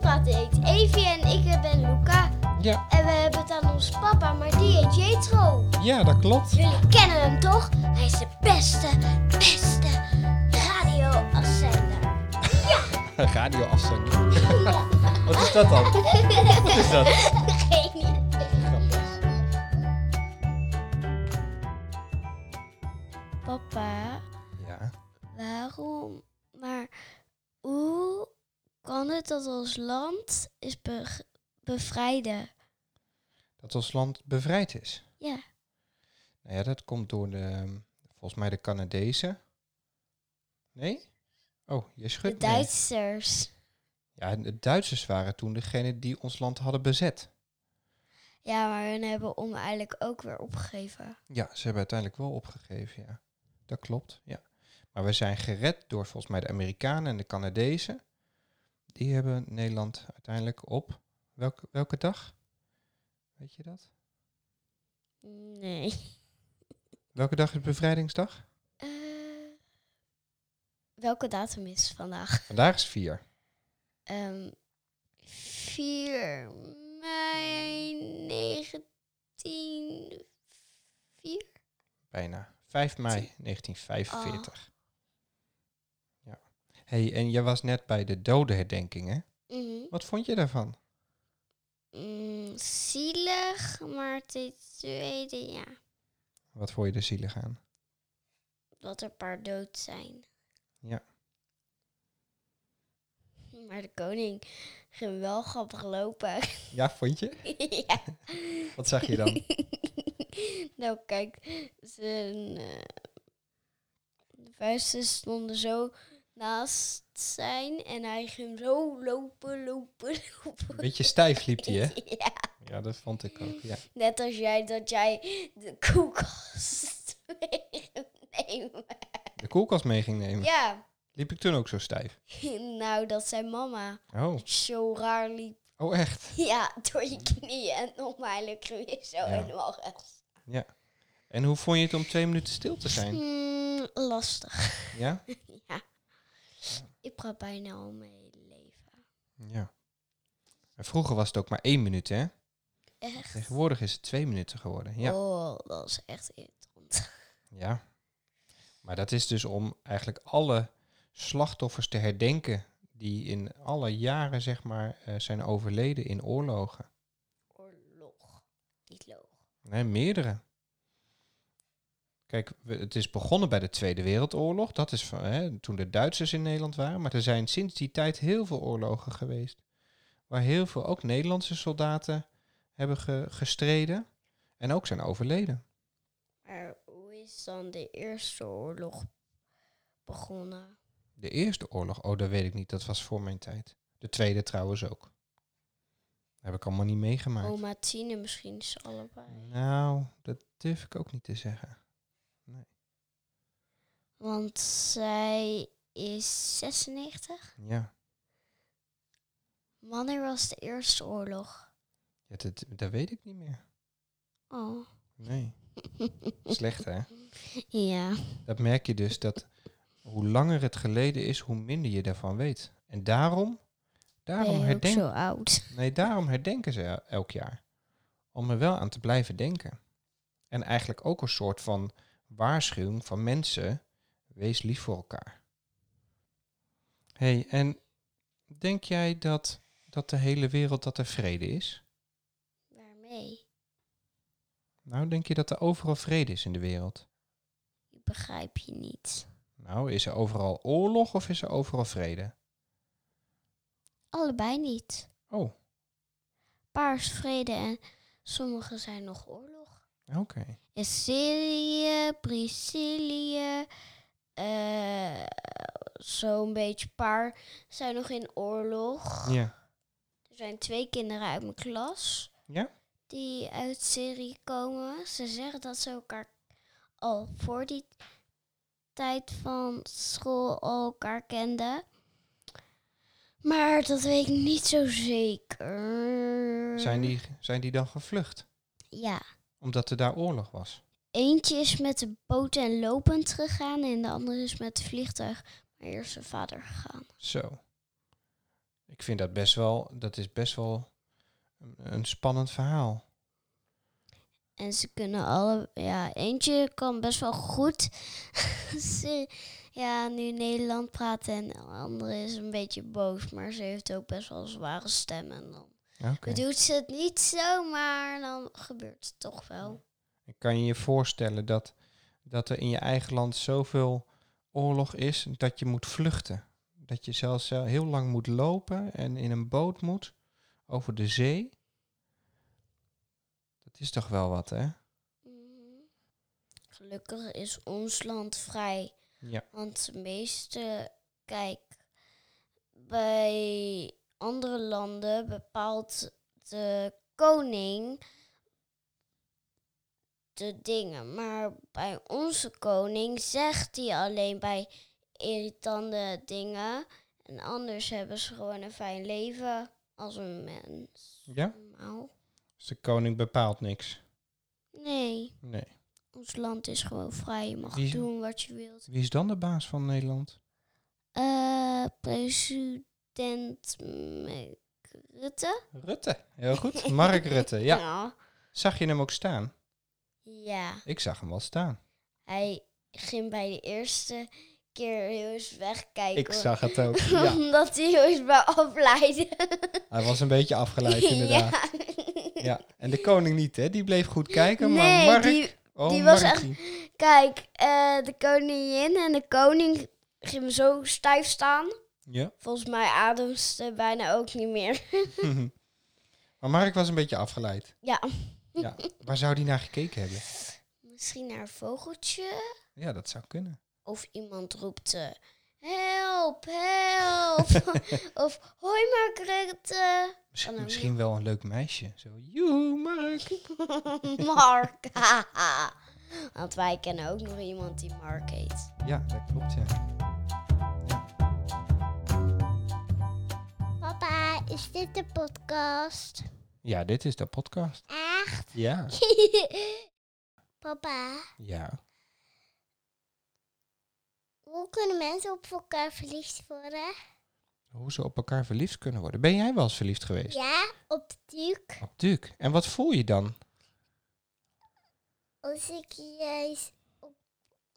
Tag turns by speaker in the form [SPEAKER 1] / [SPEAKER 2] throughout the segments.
[SPEAKER 1] gaat eet. Evie en ik ben Luca.
[SPEAKER 2] Ja,
[SPEAKER 1] En we hebben het aan ons papa, maar die heet Jetro.
[SPEAKER 2] ja, dat klopt.
[SPEAKER 1] Jullie kennen hem toch? Hij is de beste, beste radioafzender.
[SPEAKER 2] Radio afzender. Wat is dat dan? Wat is dat?
[SPEAKER 1] Geen idee.
[SPEAKER 2] Grappig.
[SPEAKER 1] Papa,
[SPEAKER 2] Ja.
[SPEAKER 1] waarom? Maar hoe kan het dat ons land is be- bevrijden?
[SPEAKER 2] Dat ons land bevrijd is.
[SPEAKER 1] Ja.
[SPEAKER 2] Nou ja, dat komt door de, volgens mij de Canadezen. Nee? Oh, je
[SPEAKER 1] De
[SPEAKER 2] schudt. nee.
[SPEAKER 1] Duitsers.
[SPEAKER 2] Ja, de Duitsers waren toen degene die ons land hadden bezet.
[SPEAKER 1] Ja, maar hun hebben om eigenlijk ook weer opgegeven.
[SPEAKER 2] Ja, ze hebben uiteindelijk wel opgegeven, ja. Dat klopt, ja. Maar we zijn gered door volgens mij de Amerikanen en de Canadezen. Die hebben Nederland uiteindelijk op. Welke, welke dag? Weet je dat?
[SPEAKER 1] Nee.
[SPEAKER 2] Welke dag is bevrijdingsdag?
[SPEAKER 1] Eh, welke datum is het vandaag?
[SPEAKER 2] Vandaag is 4.
[SPEAKER 1] Ehm 4 mei 19...
[SPEAKER 2] Bijna. 5 mei 1945. Ja. hey, en jij was net bij de dodenherdenking, hè?
[SPEAKER 1] Mhm.
[SPEAKER 2] Wat vond je daarvan?
[SPEAKER 1] Mm, zielig, maar ten tweede, ja,
[SPEAKER 2] Wat vond je er zielig aan?
[SPEAKER 1] dat er een paar dood zijn.
[SPEAKER 2] Ja.
[SPEAKER 1] Maar de koning ging wel grappig lopen.
[SPEAKER 2] Ja, vond je?
[SPEAKER 1] ja.
[SPEAKER 2] Wat zag je dan?
[SPEAKER 1] nou, kijk, zijn eh, vuisten stonden zo naast zijn en hij ging zo lopen, lopen, lopen.
[SPEAKER 2] Een beetje stijf liep die, hè?
[SPEAKER 1] Ja,
[SPEAKER 2] Ja, dat vond ik ook, ja.
[SPEAKER 1] net als jij dat jij de koelkast mee ging nemen.
[SPEAKER 2] de koelkast mee ging nemen.
[SPEAKER 1] Ja,
[SPEAKER 2] Liep ik toen ook zo stijf?
[SPEAKER 1] nou, dat zijn mama.
[SPEAKER 2] Oh,
[SPEAKER 1] Zo raar liep.
[SPEAKER 2] oh echt?
[SPEAKER 1] Ja, door je knieën en onmiddellijk weer zo
[SPEAKER 2] Ja.
[SPEAKER 1] helemaal rechts.
[SPEAKER 2] En hoe vond je het om twee minuten stil te zijn?
[SPEAKER 1] Mm, lastig.
[SPEAKER 2] Ja?
[SPEAKER 1] Ja. Ik praat bijna al mijn hele leven.
[SPEAKER 2] Ja. En vroeger was het ook maar één minuut, hè?
[SPEAKER 1] Echt?
[SPEAKER 2] Tegenwoordig is het twee minuten geworden. Ja.
[SPEAKER 1] Oh, dat is echt irritant.
[SPEAKER 2] ja. Maar dat is dus om eigenlijk alle slachtoffers te herdenken die in alle jaren, zeg maar, eh, zijn overleden in oorlogen.
[SPEAKER 1] Oorlog. Niet loog.
[SPEAKER 2] Nee, meerdere. Kijk, we- het is begonnen bij de Tweede Wereldoorlog. Dat is van, hè, toen de Duitsers in Nederland waren. Maar er zijn sinds die tijd heel veel oorlogen geweest. Waar heel veel ook Nederlandse soldaten hebben ge- gestreden. En ook zijn overleden.
[SPEAKER 1] Maar hoe is dan de eerste oorlog begonnen?
[SPEAKER 2] De Eerste Oorlog, oh, dat weet ik niet. Dat was voor mijn tijd. De Tweede trouwens ook. heb ik allemaal niet meegemaakt.
[SPEAKER 1] Oma Tine misschien ze allebei.
[SPEAKER 2] Nou, dat durf ik ook niet te zeggen.
[SPEAKER 1] Want zij is 96.
[SPEAKER 2] Ja,
[SPEAKER 1] Wanneer was de eerste oorlog?
[SPEAKER 2] dat, dat, dat weet ik niet meer.
[SPEAKER 1] Oh.
[SPEAKER 2] Nee. Slecht, hè?
[SPEAKER 1] Ja.
[SPEAKER 2] Dat merk je dus dat hoe langer het geleden is, hoe minder je daarvan weet. En daarom,
[SPEAKER 1] Ben
[SPEAKER 2] daarom,
[SPEAKER 1] je ook
[SPEAKER 2] herdenken,
[SPEAKER 1] zo oud?
[SPEAKER 2] nee, daarom herdenken ze el- elk jaar. Om er wel aan te blijven denken. En eigenlijk ook een soort van waarschuwing van mensen: wees lief voor elkaar. hey, en denk jij dat, dat de hele wereld dat er vrede is?
[SPEAKER 1] Waarmee?
[SPEAKER 2] Nou, denk je dat er overal vrede is in de wereld?
[SPEAKER 1] Ik begrijp je niet.
[SPEAKER 2] Nou, is er overal oorlog of is er overal vrede?
[SPEAKER 1] Allebei niet.
[SPEAKER 2] Oh,
[SPEAKER 1] Paars vrede en sommige zijn nog oorlog.
[SPEAKER 2] oké.
[SPEAKER 1] In Syrië, Brazilië, eh, zo'n beetje paar zijn nog in oorlog.
[SPEAKER 2] Ja.
[SPEAKER 1] Er zijn twee kinderen uit mijn klas
[SPEAKER 2] Ja?
[SPEAKER 1] die uit Syrië komen. Ze zeggen dat ze elkaar al voor die tijd van school al elkaar kenden. Maar dat weet ik niet zo zeker.
[SPEAKER 2] Zijn die, zijn die dan gevlucht?
[SPEAKER 1] Ja.
[SPEAKER 2] Omdat er daar oorlog was.
[SPEAKER 1] Eentje is met de boot en lopend gegaan en de andere is met het vliegtuig. Maar eerst zijn vader gegaan.
[SPEAKER 2] Zo. Ik vind dat best wel, dat is best wel een, een spannend verhaal.
[SPEAKER 1] En ze kunnen alle... Ja, eentje kan best wel goed... ze- ja, nu Nederland praten en de andere is een beetje boos. Maar ze heeft ook best wel een zware stem. En dan
[SPEAKER 2] Oké.
[SPEAKER 1] doet ze het niet zo, maar dan gebeurt het toch wel.
[SPEAKER 2] En Kan je je voorstellen dat, dat er in je eigen land zoveel oorlog is dat je moet vluchten? Dat je zelfs eh, heel lang moet lopen en in een boot moet over de zee? Dat is toch wel wat, hè?
[SPEAKER 1] Mhm. Gelukkig is ons land vrij.
[SPEAKER 2] Ja.
[SPEAKER 1] Want de meeste, kijk, bij andere landen bepaalt de koning de dingen. Maar bij onze koning zegt hij alleen bij irritante dingen. En anders hebben ze gewoon een fijn leven als een mens.
[SPEAKER 2] Ja?
[SPEAKER 1] Normaal.
[SPEAKER 2] Dus de koning bepaalt niks.
[SPEAKER 1] Nee,
[SPEAKER 2] Nee.
[SPEAKER 1] ons land is gewoon vrij. Je mag
[SPEAKER 2] Wie-
[SPEAKER 1] doen wat je wilt.
[SPEAKER 2] Wie is dan de baas van Nederland?
[SPEAKER 1] Eh, president Mc- Rutte?
[SPEAKER 2] Rutte. Heel goed. Mark Rutte, ja.
[SPEAKER 1] ja.
[SPEAKER 2] Zag je hem ook staan?
[SPEAKER 1] Ja,
[SPEAKER 2] Ik zag hem wel staan.
[SPEAKER 1] hij ging bij de eerste keer heel eens wegkijken.
[SPEAKER 2] Ik
[SPEAKER 1] hoor.
[SPEAKER 2] zag het ook. Ja.
[SPEAKER 1] Omdat hij heel eens wou afleiden.
[SPEAKER 2] Hij was een beetje afgeleid, inderdaad.
[SPEAKER 1] ja.
[SPEAKER 2] Ja, en de koning niet, hè? Die bleef goed kijken, maar
[SPEAKER 1] nee,
[SPEAKER 2] Mark...
[SPEAKER 1] die,
[SPEAKER 2] oh,
[SPEAKER 1] die was
[SPEAKER 2] Markie.
[SPEAKER 1] kijk, eh, de koningin en de koning gingen zo stijf staan.
[SPEAKER 2] Ja.
[SPEAKER 1] Volgens mij ademde ze bijna ook niet meer.
[SPEAKER 2] maar Mark was een beetje afgeleid.
[SPEAKER 1] Ja,
[SPEAKER 2] Ja. Waar zou die naar gekeken hebben?
[SPEAKER 1] misschien haar vogeltje.
[SPEAKER 2] Ja, dat zou kunnen.
[SPEAKER 1] Of iemand roept eh, help, help. of hoi Margrethe.
[SPEAKER 2] Misschien,
[SPEAKER 1] Kan ook.
[SPEAKER 2] misschien wel een leuk meisje. Zo, joe, Mark.
[SPEAKER 1] Mark. haha. Want wij kennen ook nog iemand die Mark heet.
[SPEAKER 2] Ja, dat klopt, ja.
[SPEAKER 1] Papa, is dit de podcast?
[SPEAKER 2] Ja, dit is de podcast.
[SPEAKER 1] Echt?
[SPEAKER 2] Ja.
[SPEAKER 1] Papa,
[SPEAKER 2] Ja.
[SPEAKER 1] hoe kunnen mensen op elkaar verliefd worden?
[SPEAKER 2] Hoe ze op elkaar verliefd kunnen worden. Ben jij wel eens verliefd geweest?
[SPEAKER 1] Ja, op de duik.
[SPEAKER 2] Op Duke. En wat voel je dan?
[SPEAKER 1] Als ik juist op,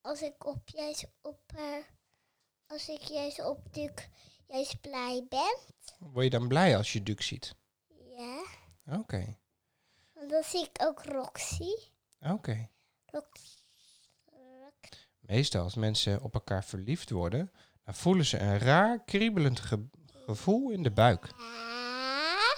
[SPEAKER 1] als ik op juist op haar, als ik juist op duik juist blij ben.
[SPEAKER 2] Word je dan blij als je Duke ziet?
[SPEAKER 1] Ja,
[SPEAKER 2] Oké.
[SPEAKER 1] want dan zie ik ook Roxy.
[SPEAKER 2] Oké.
[SPEAKER 1] Roxy.
[SPEAKER 2] Meestal als mensen op elkaar verliefd worden, dan voelen ze een raar, kriebelend ge- gevoel in de buik.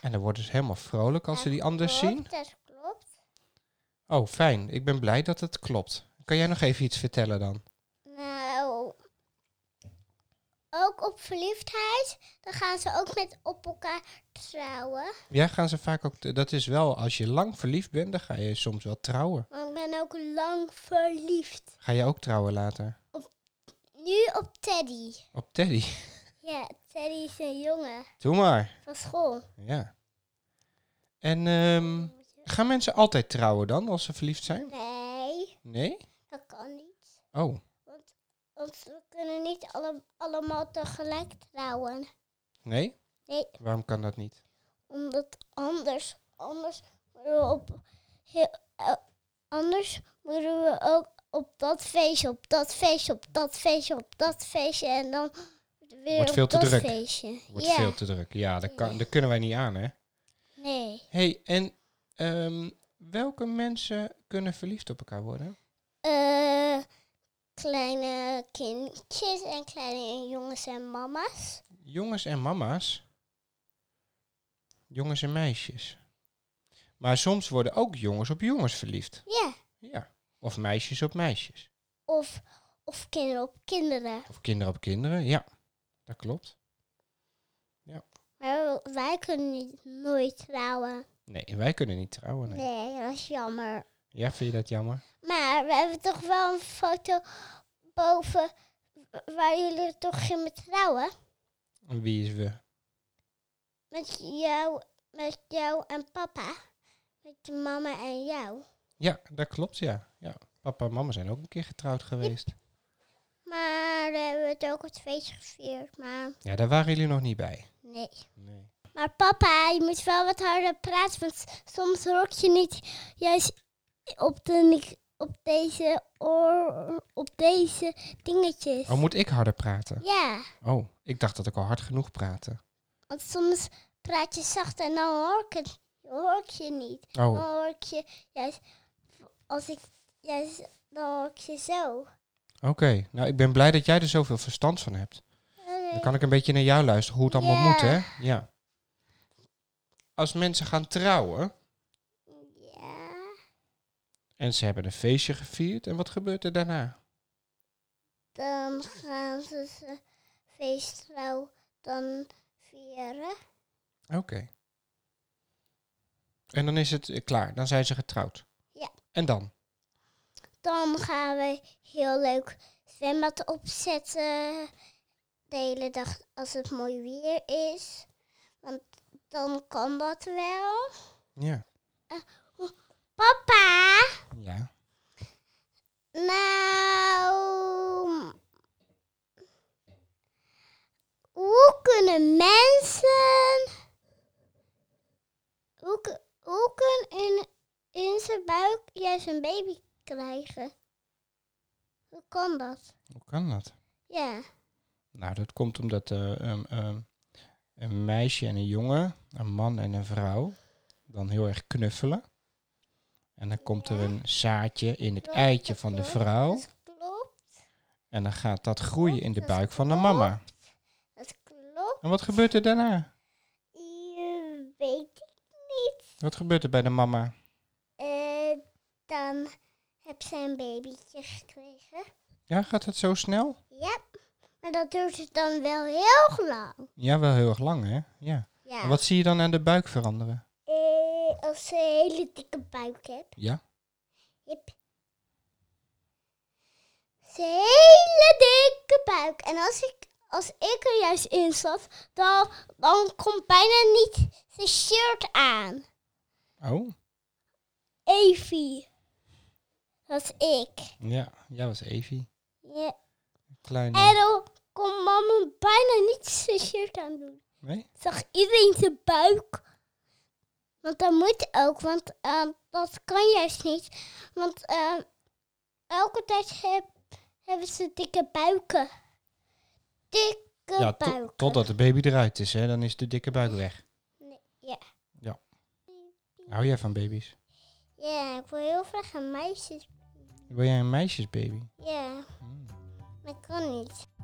[SPEAKER 2] En dan worden ze helemaal vrolijk als ze die anders zien.
[SPEAKER 1] Dat klopt.
[SPEAKER 2] Oh, fijn. Ik ben blij dat het klopt. Kan jij nog even iets vertellen dan?
[SPEAKER 1] Nou, ook op verliefdheid, dan gaan ze ook met op elkaar trouwen.
[SPEAKER 2] Ja, gaan ze vaak ook... t- Dat is wel, als je lang verliefd bent, dan ga je soms wel trouwen.
[SPEAKER 1] Want ik ben ook lang verliefd.
[SPEAKER 2] Ga je ook trouwen later?
[SPEAKER 1] Nu op Teddy.
[SPEAKER 2] Op Teddy.
[SPEAKER 1] Ja, Teddy is een jongen
[SPEAKER 2] Doe maar.
[SPEAKER 1] van school.
[SPEAKER 2] Ja. En ehm, gaan mensen altijd trouwen dan, als ze verliefd zijn?
[SPEAKER 1] Nee,
[SPEAKER 2] Nee?
[SPEAKER 1] dat kan niet.
[SPEAKER 2] Oh,
[SPEAKER 1] Want we kunnen niet alle, allemaal tegelijk trouwen.
[SPEAKER 2] nee?
[SPEAKER 1] Nee.
[SPEAKER 2] Waarom kan dat niet?
[SPEAKER 1] Omdat anders, anders moeten we op heel, eh, anders moeten we ook op dat feestje, op dat feestje, op dat feestje, op dat feestje en dan weer
[SPEAKER 2] Wordt
[SPEAKER 1] op
[SPEAKER 2] veel te
[SPEAKER 1] dat
[SPEAKER 2] druk.
[SPEAKER 1] feestje.
[SPEAKER 2] Wordt
[SPEAKER 1] ja,
[SPEAKER 2] veel te druk. Ja, dat, kan, dat kunnen wij niet aan, hè?
[SPEAKER 1] nee.
[SPEAKER 2] hey, en ehm, welke mensen kunnen verliefd op elkaar worden?
[SPEAKER 1] Eh, kleine kindjes en kleine jongens en mama's.
[SPEAKER 2] Jongens en mama's. Jongens en meisjes. Maar soms worden ook jongens op jongens verliefd.
[SPEAKER 1] Ja,
[SPEAKER 2] Ja. Of meisjes op meisjes.
[SPEAKER 1] of, of kinderen op kinderen.
[SPEAKER 2] Of kinderen op kinderen. Ja, dat klopt.
[SPEAKER 1] Maar wij kunnen niet, nooit trouwen.
[SPEAKER 2] Nee, wij kunnen niet trouwen. Oh, nee.
[SPEAKER 1] Nee, dat is jammer.
[SPEAKER 2] Ja, vind je dat jammer?
[SPEAKER 1] Maar we hebben toch wel een foto boven waar jullie toch gingen trouwen?
[SPEAKER 2] En wie is we?
[SPEAKER 1] Met jou, met jou en papa. Met je mama en jou.
[SPEAKER 2] Ja, dat klopt, ja. ja. Papa en mama zijn ook een keer getrouwd geweest.
[SPEAKER 1] Maar we hebben het ook op het feestje gevierd, maar
[SPEAKER 2] Ja, daar waren jullie nog niet bij.
[SPEAKER 1] Nee.
[SPEAKER 2] Nee.
[SPEAKER 1] Maar papa, je moet wel wat harder praten, want soms hoor ik je niet juist op, de, mic- op deze oor, op deze dingetjes.
[SPEAKER 2] Oh, moet ik harder praten?
[SPEAKER 1] Ja,
[SPEAKER 2] Oh, ik dacht dat ik al hard genoeg praatte.
[SPEAKER 1] want soms praat je zacht en dan hoor ik het, hoor ik je niet. Dan
[SPEAKER 2] Oh,
[SPEAKER 1] hoor ik je juist, als ik juist, dan hoor ik je zo.
[SPEAKER 2] oké. Nou, ik ben blij dat jij er zoveel verstand van hebt. Dan kan ik een beetje naar jou luisteren hoe het allemaal
[SPEAKER 1] Ja.
[SPEAKER 2] moet, hè? Ja. Als mensen gaan trouwen
[SPEAKER 1] Ja,
[SPEAKER 2] en ze hebben een feestje gevierd, en wat gebeurt er daarna?
[SPEAKER 1] dan gaan ze ze feesttrouw dan vieren.
[SPEAKER 2] Oké. En dan is het eh, klaar, dan zijn ze getrouwd.
[SPEAKER 1] Ja.
[SPEAKER 2] En dan?
[SPEAKER 1] Dan gaan we heel leuk zwembad opzetten. De hele dag als het mooi weer is. Want dan kan dat wel.
[SPEAKER 2] Ja.
[SPEAKER 1] Papa!
[SPEAKER 2] Ja.
[SPEAKER 1] Nou. Hoe kunnen mensen. Hoe, ku- hoe kunnen in, in zijn buik juist een baby krijgen? Hoe kan dat?
[SPEAKER 2] Hoe kan dat?
[SPEAKER 1] Ja.
[SPEAKER 2] Nou, dat komt omdat eh, ehm, ehm, een meisje en een jongen, een man en een vrouw, dan heel erg knuffelen. En dan komt er
[SPEAKER 1] Ja.
[SPEAKER 2] een zaadje in het
[SPEAKER 1] Klopt,
[SPEAKER 2] eitje
[SPEAKER 1] dat
[SPEAKER 2] van de
[SPEAKER 1] klopt,
[SPEAKER 2] vrouw.
[SPEAKER 1] Dat klopt.
[SPEAKER 2] En dan gaat dat groeien in de
[SPEAKER 1] Dat is
[SPEAKER 2] buik van de
[SPEAKER 1] goed.
[SPEAKER 2] mama.
[SPEAKER 1] Dat klopt.
[SPEAKER 2] En wat gebeurt er daarna?
[SPEAKER 1] Je weet ik niet.
[SPEAKER 2] Wat gebeurt er bij de mama?
[SPEAKER 1] Eh, dan heb ze een babytje gekregen.
[SPEAKER 2] Ja, gaat het zo snel?
[SPEAKER 1] Ja. Maar dat duurt het dan wel heel lang.
[SPEAKER 2] Ja, wel heel erg lang, hè? Ja.
[SPEAKER 1] Ja.
[SPEAKER 2] En wat zie je dan aan de buik veranderen?
[SPEAKER 1] Eh, als ze een hele dikke buik hebt.
[SPEAKER 2] Ja.
[SPEAKER 1] Yep. Ze hele dikke buik. En als ik, als ik er juist in zat, dan, dan komt bijna niet zijn shirt aan.
[SPEAKER 2] Oh,
[SPEAKER 1] Evie. Dat is ik.
[SPEAKER 2] ja. Jij was Evie.
[SPEAKER 1] Ja. En
[SPEAKER 2] Kleine.
[SPEAKER 1] dan kon mama bijna niet zijn shirt aan doen.
[SPEAKER 2] Nee?
[SPEAKER 1] Zag iedereen zijn buik? Want dat moet ook, want eh, dat kan juist niet. Want eh, elke tijd heb, hebben ze dikke buiken. Dikke
[SPEAKER 2] Ja, to-
[SPEAKER 1] buiken.
[SPEAKER 2] totdat de baby eruit is, hè? Dan is de dikke buik weg.
[SPEAKER 1] Nee, ja.
[SPEAKER 2] Ja. Hou jij van baby's?
[SPEAKER 1] ja, ik wil heel graag een meisje.
[SPEAKER 2] Wil jij een meisjesbaby?
[SPEAKER 1] Ja,
[SPEAKER 2] Hmm.
[SPEAKER 1] maar dat kan niet.